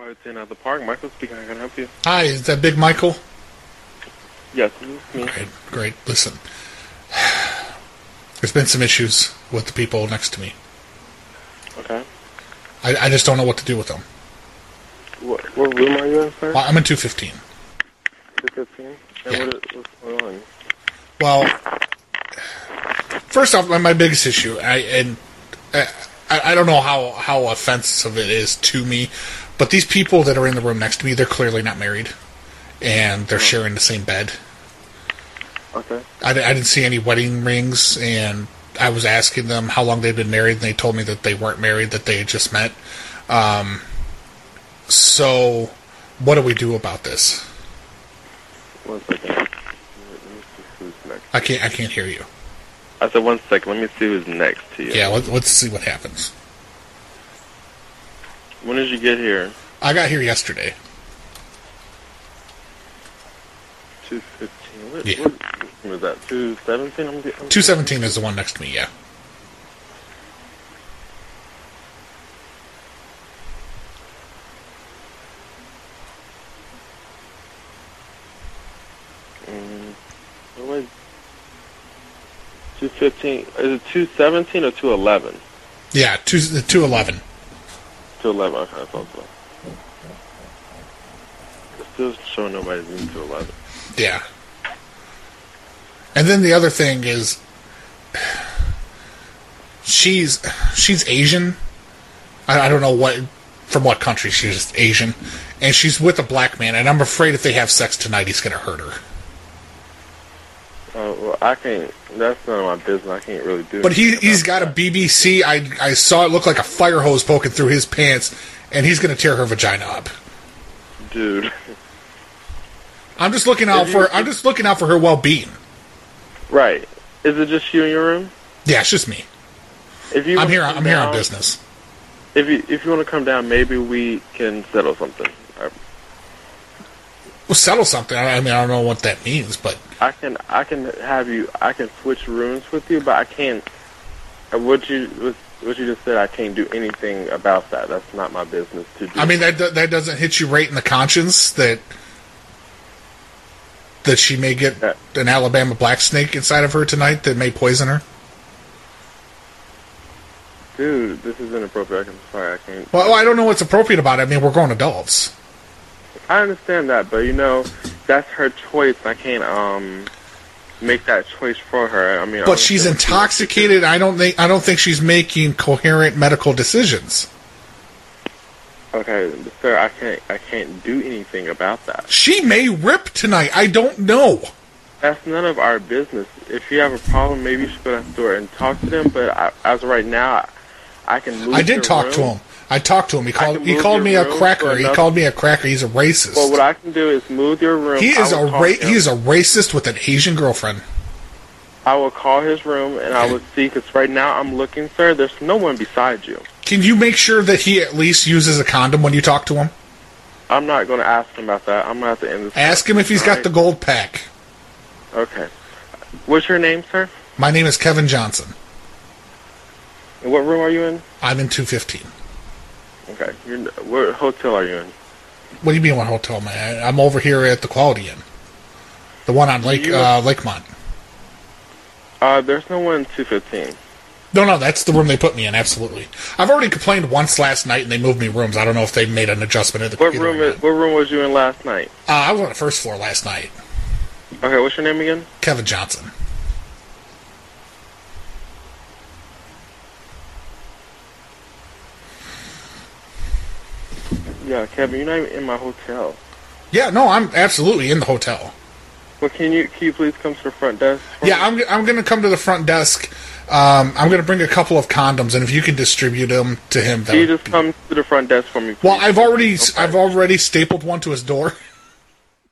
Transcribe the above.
It's in uh, the park. Michael speaking. How can I help you? Hi, is that Big Michael? Yes, this is me. Great, great. Listen, there's been some issues with the people next to me. Okay. I, I just don't know what to do with them. What, what room are you in, sir? Well, I'm in 215. 215? And Yeah. what is, what's going on? Well, first off, my, my biggest issue, I and I, I don't know how how offensive it is to me, but these people that are in the room next to me, they're clearly not married, and they're sharing the same bed. Okay. I, di- I didn't see any wedding rings, and I was asking them how long they'd been married, and they told me that they weren't married, that they had just met. Um, so, what do we do about this? One second. Let me see who's next. I can't. I can't hear you. I said one second. Let me see who's next to you. Yeah. Let, let's see what happens. When did you get here? I got here yesterday. 215. What, Yeah. what room is that? 217? I'm get- I'm- Two seventeen is the one next to me. Yeah. Mm, what was- 215. Is it 217 or 211? Yeah. Two two eleven. 211. Okay, I thought so. It's Still showing nobody's in 211. Yeah. And then the other thing is, she's she's Asian. I, I don't know what from what country she's just Asian, and she's with a black man. And I'm afraid if they have sex tonight, he's gonna hurt her. Oh, well, I can't. That's none of my business. I can't really do. But he anything he's about got a BBC. I I saw it look like a fire hose poking through his pants, and he's gonna tear her vagina up. that. dude. I'm just looking out If for you- I'm just looking out for her well being. right? Is it just you in your room? Yeah, it's just me. If you I'm wanna here. come I'm here on down- business. If you if you want to come down, maybe we can settle something. I, Well, settle something. I I mean, I don't know what that means, but I can I can have you. I can switch rooms with you, but I can't. uh, What you what- what you just said, I can't do anything about that. That's not my business to do. I mean that do- that doesn't hit you right in the conscience that that she may get Yeah. an Alabama black snake inside of her tonight that may poison her. dude, this is inappropriate. I can, sorry, I can't. Well, I don't know what's appropriate about it. I mean, we're grown adults. I understand that, but you know, that's her choice. I can't um make that choice for her. I mean, I But she's understand what intoxicated. I don't think I don't think she's making coherent medical decisions. she- Okay, sir, I can't I can't do anything about that. She may rip tonight. I don't know. That's none of our business. If you have a problem, maybe you should go to the store and talk to them. But I, as of right now, I, I can. Move I did your talk to room. him. I talked to him. He I called can he move called your me a room to cracker. He another- called me a cracker. He's a racist. Well, what I can do is move your room. he is I a will call ra- him. he is a racist with an Asian girlfriend. I will call his room and I will see. Because right now I'm looking, sir. There's no one beside you. Can you make sure that he at least uses a condom when you talk to him? I'm not going to ask him about that. I'm going to have to end this. Ask him if he's got the gold pack. Okay. What's your name, sir? My name is Kevin Johnson. And what room are you in? I'm in 215. Okay. You're, what hotel are you in? What do you mean, what hotel am I at? I'm over here at the Quality Inn. The one on Lake You- uh, Lakemont. Uh, there's no one in 215. No, no, that's the room they put me in, absolutely. I've already complained once last night and they moved me rooms. I don't know if they made an adjustment at the What either room? or Is, not. what room was you in last night? Uh, I was on the first floor last night. Okay. What's your name again? Kevin Johnson. Yeah, Kevin. You're not even in my hotel. Yeah, no, I'm absolutely in the hotel. Well, can you can you please come to the front desk? for me? Yeah, I'm, I'm going to come to the front desk. Um, I'm going to bring a couple of condoms, and if you can distribute them to him, that Can you would just come to the front desk for me? Well, please? I've already Okay. I've already stapled one to his door.